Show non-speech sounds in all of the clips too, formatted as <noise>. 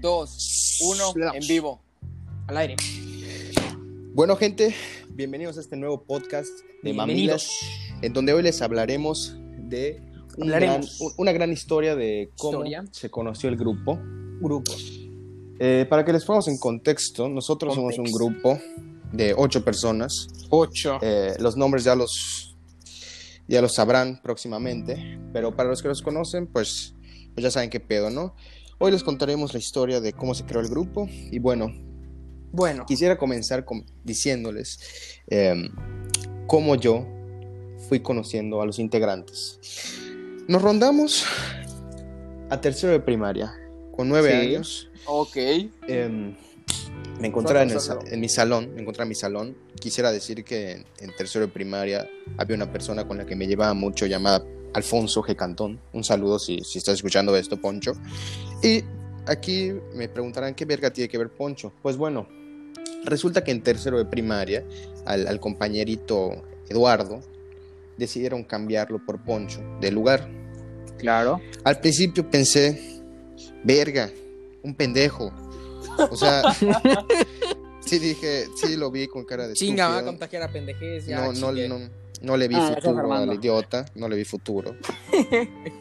2, 1, Le damos. en vivo. Al aire. Bueno, gente, bienvenidos a este nuevo podcast de Mamilas, Bienvenidos. en donde hoy les hablaremos de un Hablaremos. gran- un- una gran historia de cómo Historia. se conoció el grupo. Grupos. Eh, para que les pongamos en contexto, nosotros somos un Contexto. grupo de ocho personas. 8. Eh, los nombres ya los, ya los sabrán próximamente, pero para los que los conocen, pues, pues ya saben qué pedo, ¿no? Hoy les contaremos la historia de cómo se creó el grupo y bueno, Bueno, quisiera comenzar con- diciéndoles eh, cómo yo fui conociendo a los integrantes. Nos rondamos a tercero de primaria, con nueve Sí. años. ok. eh, me encontraba en, el sa- Suéltalo. en mi salón, me encontraba en mi salón. Quisiera decir que en, en tercero de primaria había una persona con la que me llevaba mucho llamada Alfonso G. Cantón. Un saludo si, si estás escuchando esto, Poncho. Y aquí me preguntarán qué verga tiene que ver Poncho. Pues bueno, resulta que en tercero de primaria al, al compañerito Eduardo decidieron cambiarlo por Poncho de lugar. Claro. Al principio pensé, verga, un pendejo. O sea, <laughs> sí dije, sí lo vi con cara de Chinga, va a estúpido. contagiar a pendejez. Ya, No, no, chingue. no, no le vi Ah, estás futuro al armando. idiota, no le <laughs> vi futuro.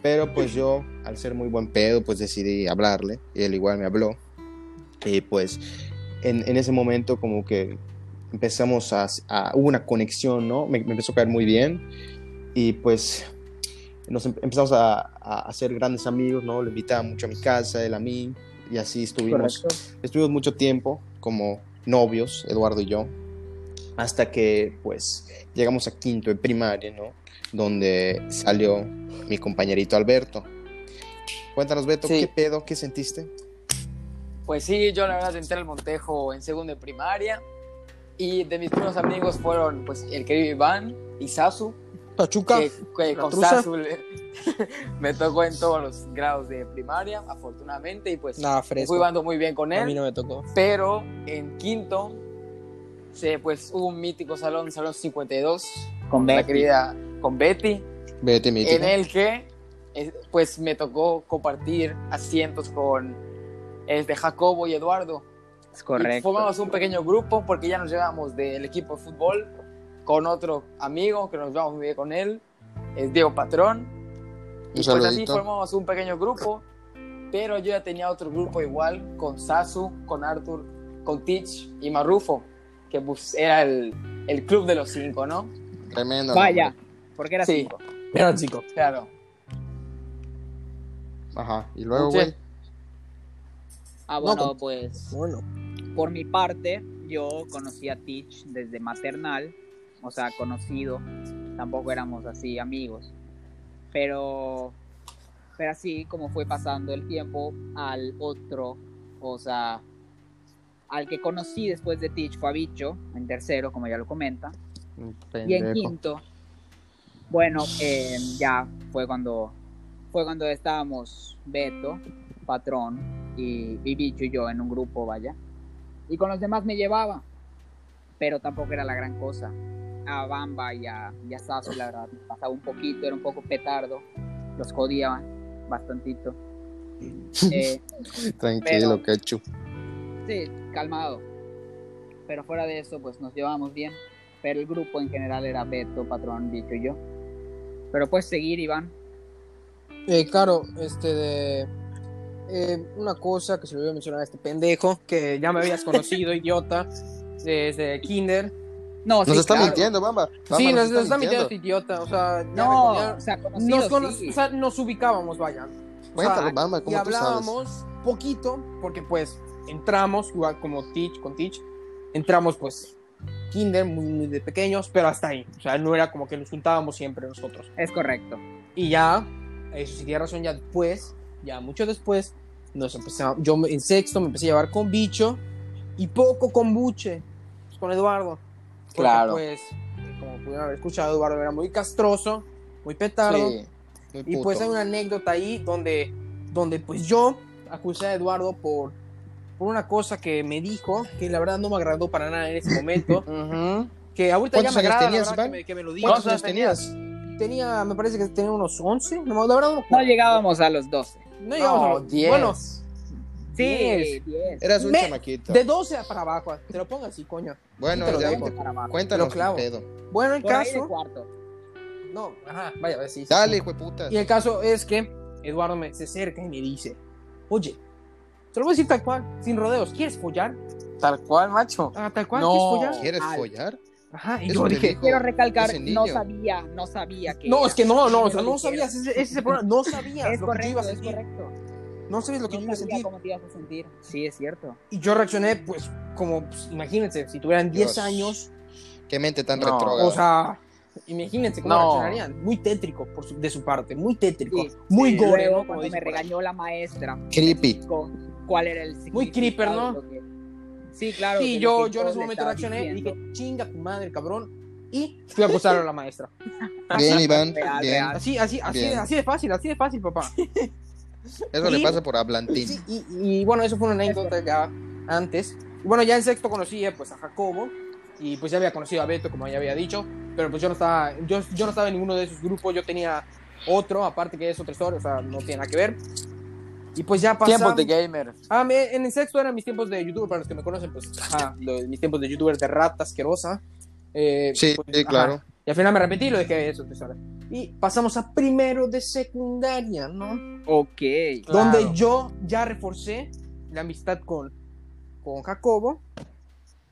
Pero pues yo, al ser muy buen pedo, pues decidí hablarle y él igual me habló. Y pues en, en ese momento como que empezamos a, a- hubo una conexión, ¿no? Me, me empezó a caer muy bien y pues nos em- empezamos a, a, a ser grandes amigos, ¿no? Lo invitaba mucho a mi casa, él a mí y así estuvimos Correcto. estuvimos mucho tiempo como novios, Eduardo y yo, hasta que pues llegamos a quinto de primaria, ¿no? Donde salió mi compañerito Alberto. Cuéntanos, Beto, Sí. ¿qué pedo? ¿Qué sentiste? Pues sí, yo la verdad entré al Montejo en segundo de primaria. Y de mis primeros amigos fueron pues el querido Iván y Sasu. Pachuca. Que, que la con truza. Sasu le- <laughs> me tocó en todos los grados de primaria, afortunadamente. Y pues Nada, me fui fresco. bando muy bien con A él. mí no me tocó. Pero en quinto, se, pues hubo un mítico salón, Salón 52, con la querida, con Betty, Vete, mi en el que eh, pues me tocó compartir asientos con este, Jacobo y Eduardo. Es Y formamos un pequeño grupo porque ya nos llevábamos del equipo de fútbol con otro amigo que nos llevamos muy bien con él, es Diego Patrón. Y Un pues así saludito. formamos un pequeño grupo, pero yo ya tenía otro grupo igual con Sasu, con Arthur, con Teach y Marrufo, que pues, era el, el club de los cinco, ¿no? Tremendo. Vaya, nombre. porque era Sí. cinco. Era cinco. Claro. Ajá. Y luego, Sí. güey. Ah, No, bueno, con- pues Bueno, por mi parte, yo conocí a Teach desde maternal, o sea, conocido, tampoco éramos así amigos, pero, pero así como fue pasando el tiempo al otro, o sea, al que conocí después de Teach fue a Bicho, en tercero, como ya lo comenta, y en pendejo. quinto, bueno, eh, ya fue cuando fue cuando estábamos Beto, Patrón y, y Bicho y yo en un grupo, vaya. Y con los demás me llevaba, pero tampoco era la gran cosa. A Bamba y a, y a Sasu, la verdad, me pasaba un poquito, era un poco petardo, los jodía bastantito. Eh, Tranquilo, pero- quechu. Sí, calmado. Pero fuera de eso, pues nos llevamos bien. Pero el grupo en general era Beto, Patrón, Bicho y yo. Pero puedes seguir, Iván. eh, claro, este de. eh, una cosa que se le voy a mencionar a este pendejo, que ya me habías <laughs> conocido, idiota, desde Kinder. No, Nos sí, está claro. mintiendo, bamba. Bamba, sí, nos, nos está mintiendo este idiota, o sea, ya No, me- o sea, ya- nos, conocidos, cono- sí. o sea, nos ubicábamos, vaya. Cuéntalo, bamba, Y ¿cómo tú sabes? hablábamos poquito, porque pues entramos, igual como Teach, con Teach, entramos pues Kinder, muy, muy de pequeños, pero hasta ahí. O sea, no era como que nos juntábamos siempre nosotros. Es correcto. Y ya, eso sí tiene razón, ya después, ya mucho después, nos empezamos, yo me- en sexto me empecé a llevar con Bicho y poco con Buche, pues, con Eduardo. Porque, Claro. Pues, como pudieron haber escuchado, Eduardo era muy castroso, muy petardo. Sí. Muy Y puto. pues hay una anécdota ahí donde, donde pues yo acusé a Eduardo por, por una cosa que me dijo, que la verdad no me agradó para nada en <laughs> ese momento, que ahorita ya ¿Cuántos años me agrada, la tenías, verdad, que Iván? me, que me lo diga. ¿Cuántos ¿Cuántos años tenías? Tenía, me parece que tenía unos 11, no, la verdad no, me No acuerdo. llegábamos a los 12. No No, llegábamos a los- diez. Bueno, Sí, Diez. 10. Eras un Me- chamaquito. De 12 para abajo, te lo pongo así, coño. Bueno, te lo ya, dejo. cuéntanos Lo clavo. qué pedo. Bueno, el Por ahí de caso. cuarto. No, ajá, vaya, vaya, sí. sí, Dale, sí. hijo de puta. Y el caso es que Eduardo me se acerca y me dice, oye, te lo voy a decir tal cual, sin rodeos, ¿quieres follar? Tal cual, macho. Ah, tal cual, No. ¿quieres follar? ¿Quieres Al- follar? Ajá, y Eso yo te dije, dijo Quiero recalcar, ese niño. no sabía, no sabía que. no, es que no, no, o sea, Lo no dijeron. sabías, ese, ese es el problema, no sabías Es lo que yo iba correcto, a es sentir, correcto. no sabías lo que yo iba No a sabía sentir. cómo te ibas a sentir. Sí, es cierto. Y yo reaccioné, pues, como, pues, imagínense, si tuvieran 10 Dios. años, Qué mente tan No, retrógrada. o sea, imagínense cómo No. reaccionarían, muy tétrico por su- de su parte, muy tétrico, Sí, muy Y gore, luego, ¿no? Como cuando me dicen por ahí. regañó la maestra, Creepy. con cuál era el Muy creeper, ¿no? significado de lo que- Sí, claro. Sí, de lo yo, que yo en ese le momento estaba reaccioné y diciendo. dije, chinga tu madre, cabrón. Y fui a acusar a la maestra. Bien, Iván. Real, bien. real. Así, así, así, Bien. así de fácil, así de fácil, papá. Eso le Y- pasa por hablantín. Sí, y, y bueno, eso fue una anécdota ya antes. Y bueno, ya en sexto conocí eh, pues a Jacobo y pues ya había conocido a Beto, como ya había dicho, pero pues yo no estaba, yo, yo no estaba en ninguno de esos grupos, yo tenía otro, aparte que es otro historia, o sea, no tiene nada que ver. Y pues ya pasó. Tiempos de gamer. Ah, me- en el sexto eran mis tiempos de youtuber, para los que me conocen, pues, ajá, lo- mis tiempos de youtuber de rata asquerosa. Eh, Sí, pues, sí, ajá. claro. Y al final me arrepentí y lo dejé eso, tesoro. Y pasamos a primero de secundaria, ¿no? Ok. Claro. Donde yo ya reforcé la amistad con, con Jacobo,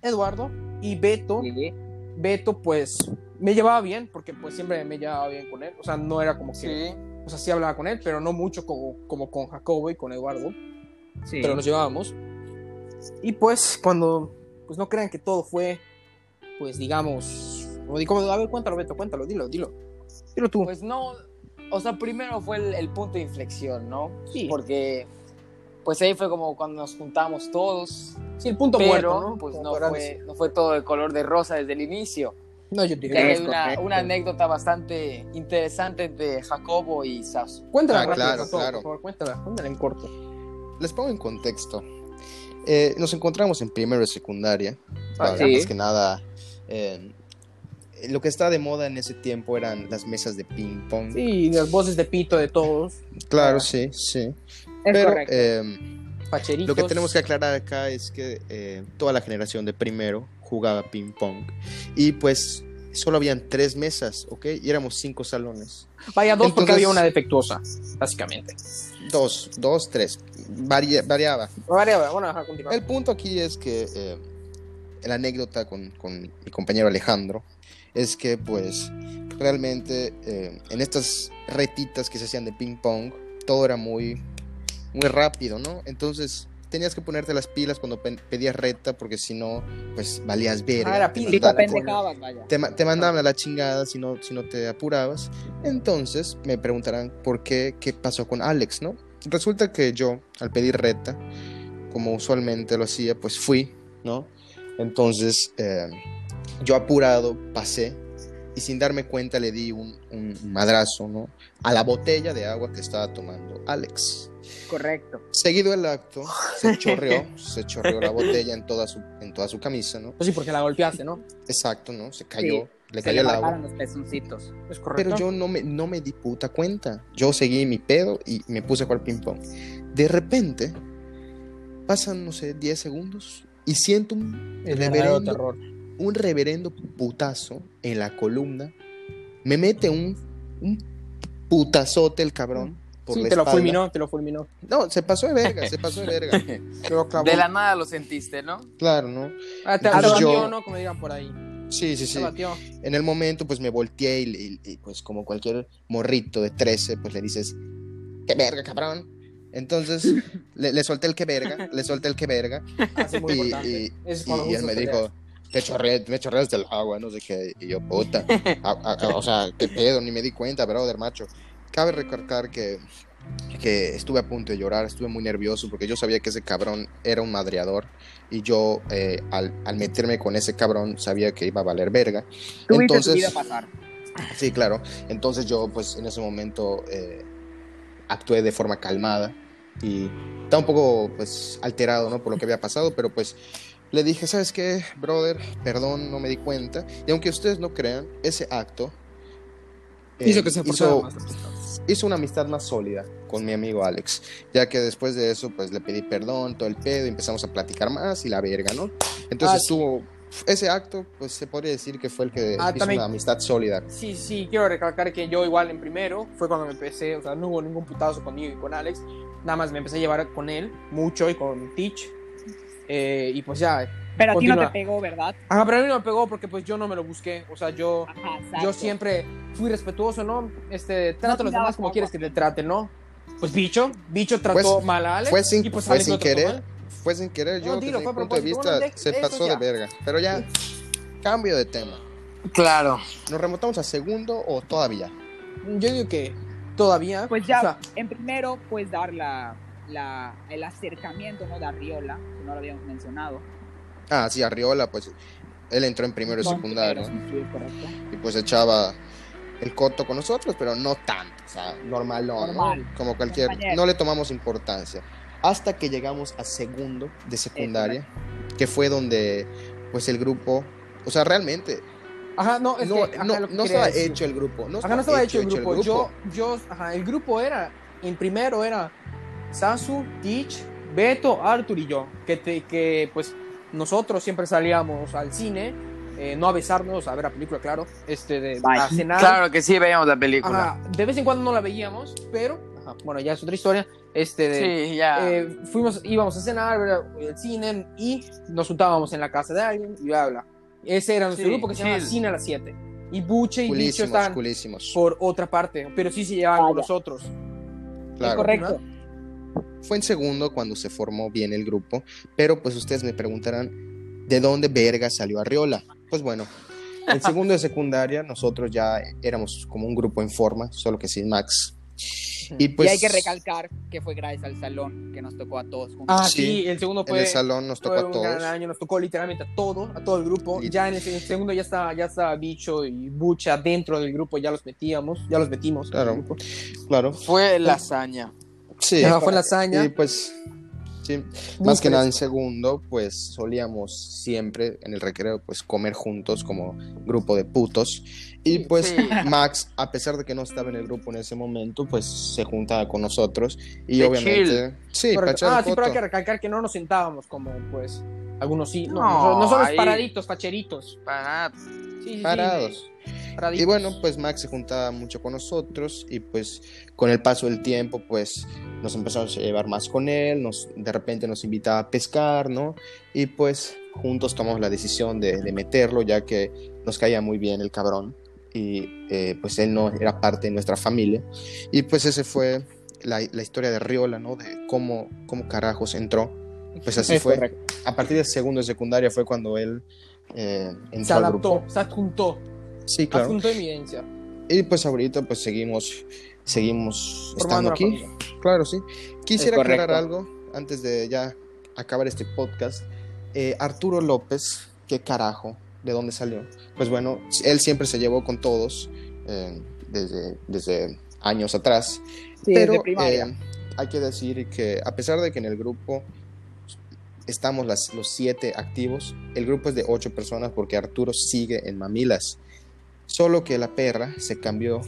Eduardo y Beto. Sí. Beto, pues, me llevaba bien, porque pues siempre me llevaba bien con él. O sea, no era como que... Sí. O sea, sí hablaba con él, pero no mucho como, como con Jacobo y con Eduardo sí. pero nos llevábamos. Y pues cuando, pues no crean que todo fue, pues digamos, o di- como, a ver, cuéntalo, Beto, cuéntalo, dilo, dilo. Dilo tú. Pues no, o sea, primero fue el, el punto de inflexión, ¿no? sí, Porque pues ahí fue como cuando nos juntamos todos, sí, el punto pero muerto, ¿no? pues Como no podrán fue, decir. no fue todo de color de rosa desde el inicio. No, yo te Ya diría. hay Es una, correcto. una anécdota bastante interesante de Jacobo y Sasu. Cuéntala, Ah, rápido, claro, Jacobo, claro. por favor, cuéntala, cuéntala en corto. Les pongo en contexto. Eh, nos encontramos en primero de secundaria. Para- sí. Más que nada, eh, lo que está de moda en ese tiempo eran las mesas de ping pong. Sí, las voces de pito de todos, Claro, sí, sí. Es Pero correcto. eh, pacheritos. lo que tenemos que aclarar acá es que eh, toda la generación de primero jugaba ping pong. Y pues solo habían tres mesas, ¿ok? Y éramos cinco salones. Vaya dos porque Entonces- había una defectuosa, básicamente. Dos, dos, tres. Varia- variaba. Vale, vale, bueno, ajá, continúa. El punto aquí es que eh, la anécdota con, con mi compañero Alejandro es que pues realmente eh, en estas retitas que se hacían de ping pong todo era muy muy rápido, ¿no? Entonces tenías que ponerte las pilas cuando pe- pedías reta porque si no pues valías verga. Ah, era te pila. Dale, Sí, te mandaban- pendejabas, vaya. te, ma- te mandaban a la chingada si no, si no te apurabas. Entonces me preguntarán por qué, qué pasó con Alex, ¿no? Resulta que yo, al pedir reta, como usualmente lo hacía, pues fui, ¿no? Entonces eh, yo apurado pasé y sin darme cuenta le di un, un madrazo, ¿no? A la botella de agua que estaba tomando Alex. Correcto. Seguido el acto, se chorreó, se chorreó la botella en toda su, en toda su camisa, ¿no? Pues sí, porque la golpeaste, ¿no? Exacto, ¿no? Se cayó, Sí, le Se cayó le el agua. bajaron los pezoncitos. Es correcto. Pero yo no me, no me di puta cuenta. Yo seguí mi pedo y me puse a jugar ping-pong. De repente, pasan, no sé, 10 segundos y siento un El verdadero reverendo, terror. un reverendo putazo en la columna. Me mete un, un putazote el cabrón por Sí, la te lo espalda. fulminó, te lo fulminó. No, se pasó de <laughs> verga, se pasó de verga. Te lo clavó. De la nada lo sentiste, ¿no? Claro, ¿no? Ah, te, Entonces te batió, yo- ¿no? Como digan por ahí. Sí, sí, Te sí. batió. En el momento, pues me volteé y, y- y, pues como cualquier morrito de 13, pues le dices, qué verga, cabrón. Entonces le, le solté el que verga, le solté el que verga. Así Ah, muy Y, importante. y- Eso es y cuando él justo me te dijo, te chorré, me chorreaste el agua, no sé qué. Y yo, <laughs> puta. A- a- o sea, qué pedo, ni me di cuenta, brother, macho. Cabe recalcar que, que estuve a punto de llorar, estuve muy nervioso porque yo sabía que ese cabrón era un madreador. Y yo, eh, al, al meterme con ese cabrón, sabía que iba a valer verga. Tú viste tu vida pasar. Sí, claro. Entonces yo, pues, en ese momento eh, actué de forma calmada y estaba un poco, pues, alterado, ¿no? Por lo que había pasado, pero pues le dije, ¿sabes qué, brother? Perdón, no me di cuenta. Y aunque ustedes no crean, ese acto eh, hizo que se hizo, forzara más. hizo una amistad más sólida con mi amigo Alex. Ya que después de eso, pues le pedí perdón, todo el pedo, y empezamos a platicar más y la verga, ¿no? Entonces Ah, sí. tuvo ese acto, pues se podría decir que fue el que Ah, hizo también- una amistad sólida. Sí, sí, quiero recalcar que yo igual en primero fue cuando me empecé, o sea, no hubo ningún putazo conmigo y con Alex, nada más me empecé a llevar con él mucho y con Teach. eh, y pues ya. Pero a ti no te Continúa. pegó, ¿verdad? Ajá, pero a mí no me pegó porque pues yo no me lo busqué, o sea, yo, Ajá, yo exacto. siempre fui respetuoso, ¿no? Este, trata a los tirabas demás como agua. quieres que te traten, ¿no? Pues bicho, bicho trató Pues, mal a Alex. Fue sin, y pues fue Alex sin lo trató querer, mal. fue sin querer, yo No, dilo, desde fue mi a punto de propósito. vista Bueno, de- se eso pasó ya. de verga. Pero ya, cambio de tema. Claro. ¿Nos remontamos a segundo o todavía? Yo digo que todavía. Pues ya, o sea, en primero, pues dar la, la- el acercamiento ¿no? de Arriola, que no lo habíamos mencionado. Ah, sí, Arriola, pues él entró en primero y Don secundario. Primero, sí, es correcto. y pues echaba el coto con nosotros, pero no tanto, o sea, normalón, ¿no? Normal. como cualquier, Compañero. no le tomamos importancia. Hasta que llegamos a segundo de secundaria, que fue donde pues el grupo, o sea, realmente Ajá, no, es no, que, ajá, no, lo que no quería estaba eh, decir. hecho el grupo, no Acá estaba, no estaba hecho, el grupo. Yo, yo, ajá, el grupo era, en primero era Sasu, Teach, Beto, Arthur y yo. Que, te, que pues nosotros siempre salíamos al cine, eh, no a besarnos, a ver la película, claro, este, de, Bye. a cenar. Claro que sí veíamos la película. Ajá, de vez en cuando no la veíamos, pero, ajá, bueno, ya es otra historia. Este, de, Sí, ya. eh, fuimos, íbamos a cenar, ver el cine y nos juntábamos en la casa de alguien y bla, bla. Ese era nuestro Sí, grupo que se llama chill. Cine a las 7. Y Buche y Bicho culísimos, estaban culísimos, por otra parte, pero sí se llevaban con Vaya. nosotros. claro. Correcto. Fue en segundo cuando se formó bien el grupo, pero pues ustedes me preguntarán, ¿de dónde verga salió Arriola? Pues bueno, en segundo de secundaria nosotros ya éramos como un grupo en forma, solo que sin Max. Y pues y hay que recalcar que fue gracias al salón que nos tocó a todos juntos. Ah, Sí, sí, el segundo en fue, el salón nos tocó fue a un gran todos. año, nos tocó literalmente a todo, a todo el grupo. Lit- Ya en el, en el segundo ya estaba, ya estaba Bicho y Bucha dentro del grupo, ya los metíamos, ya los metimos. al Claro. grupo. Claro, Fue pues, la hazaña. sí. Ajá, fue la hazaña. Y pues, sí, Muy más que nada en fresco. segundo, pues solíamos siempre en el recreo, pues comer juntos como grupo de putos. Y pues <laughs> Sí. Max, a pesar de que no estaba en el grupo en ese momento, pues se juntaba con nosotros. Y De obviamente, sí, para Correcto. echar el Ah, sí, pero hay coto. que recalcar que no nos sentábamos como, pues, algunos sí. No, No, nosotros, nosotros ahí- paraditos, facheritos. Para nada. Sí, sí, Parados. sí, paraditos. Y bueno, pues Max se juntaba mucho con nosotros y pues con el paso del tiempo pues nos empezamos a llevar más con él, nos, de repente nos invitaba a pescar, ¿no? Y pues juntos tomamos la decisión de, de meterlo ya que nos caía muy bien el cabrón y eh, pues él no era parte de nuestra familia. Y pues ese fue la, la historia de Riola, ¿no? De cómo, cómo carajos entró. Pues así Es fue. correcto. A partir de segundo de secundaria fue cuando él eh, entró se al adaptó, grupo. se adjuntó, Sí, claro. adjuntó evidencia. Y pues ahorita pues seguimos, seguimos estando Formando una aquí. familia. Claro, sí. Quisiera Es correcto. aclarar algo antes de ya acabar este podcast. Eh, Arturo López, qué carajo, ¿de dónde salió? Pues bueno, él siempre se llevó con todos eh, desde, desde años atrás. Sí, Ah, pero desde primaria. eh, hay que decir que a pesar de que en el grupo estamos las- los siete activos, el grupo es de ocho personas porque Arturo sigue en Mamilas. Solo que la perra se cambió,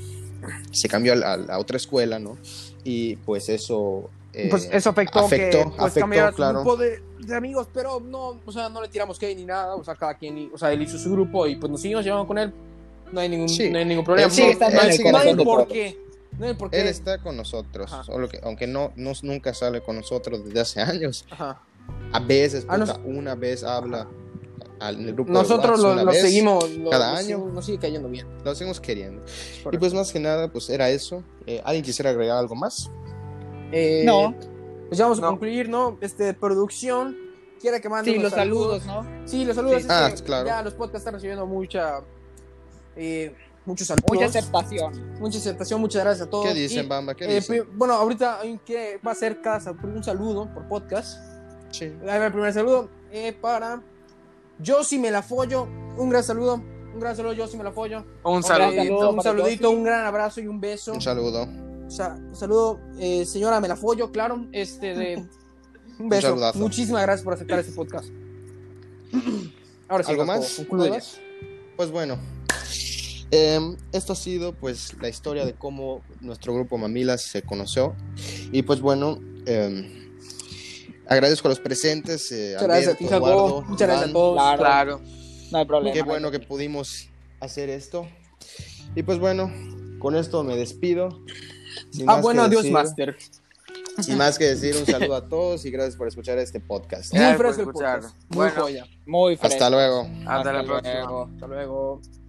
se cambió a, la- a la otra escuela, ¿no? Y pues eso... eh, pues eso afectó, afectó, que pues, afectó, cambiara su claro. grupo de, de amigos, pero no, o sea, no le tiramos que ni nada, o sea, cada quien, o sea, él hizo su grupo y pues nos seguimos llevando con él, no hay ningún, Sí. no hay ningún problema. Él sigue no, estando no en hay- el no hay corazón de por todos. qué, no hay por qué. Él está con nosotros, Ajá. solo que, aunque no, no nunca sale con nosotros desde hace años. Ajá. A veces, Ah, nos- puta, una vez habla al en el grupo. de Nosotros WhatsApp lo, una lo vez, seguimos, lo- cada nos año. sigue- nos sigue cayendo bien. Lo seguimos queriendo. Y correcto. pues más que nada, pues era eso. Eh, ¿Alguien quisiera agregar algo más? Eh, No. Pues ya vamos a No. concluir, ¿no? Este, producción, quiera que mande Sí, los saludos, ¿no? Sí, los saludos. Sí. es que Ah, claro. Ya los podcasts están recibiendo mucha, eh, muchos saludos. Mucha aceptación. mucha aceptación, muchas gracias a todos. ¿Qué dicen, Y, Bamba? ¿Qué eh, dicen? pri- bueno, ahorita hay que va a ser cada sa- un saludo por podcast. Sí. Ahí va el primer saludo eh, para Yo si me la follo. Un gran saludo. Un gran saludo, yo si me la follo. Un gran saludito. saludo un para saludito, Yossi. un gran abrazo y un beso. Un saludo. Sa- un saludo, eh, señora, me la follo, claro. Este de un beso. saludazo. Muchísimas gracias por aceptar este podcast. Ahora sí, ¿Algo Jacobo, más? concluye. ¿Algo más? Pues bueno. em, esto ha sido pues la historia de cómo nuestro grupo Mamilas se conoció Y pues bueno, eh, agradezco a los presentes. eh, Muchas gracias a ti, Alberto, Eduardo, Jacob. Muchas gracias a Iván. todos. Claro. Claro. No hay problema. Qué bueno que pudimos hacer esto. Y pues bueno, con esto me despido. Sin Ah, más bueno, que adiós, decir- Master. Sin más que decir, un saludo a todos y gracias por escuchar este podcast. Muy Gracias por fresco el escuchar. podcast. Muy Bueno, joya. Muy fresco. Hasta luego. hasta la Hasta próxima. luego. Hasta luego.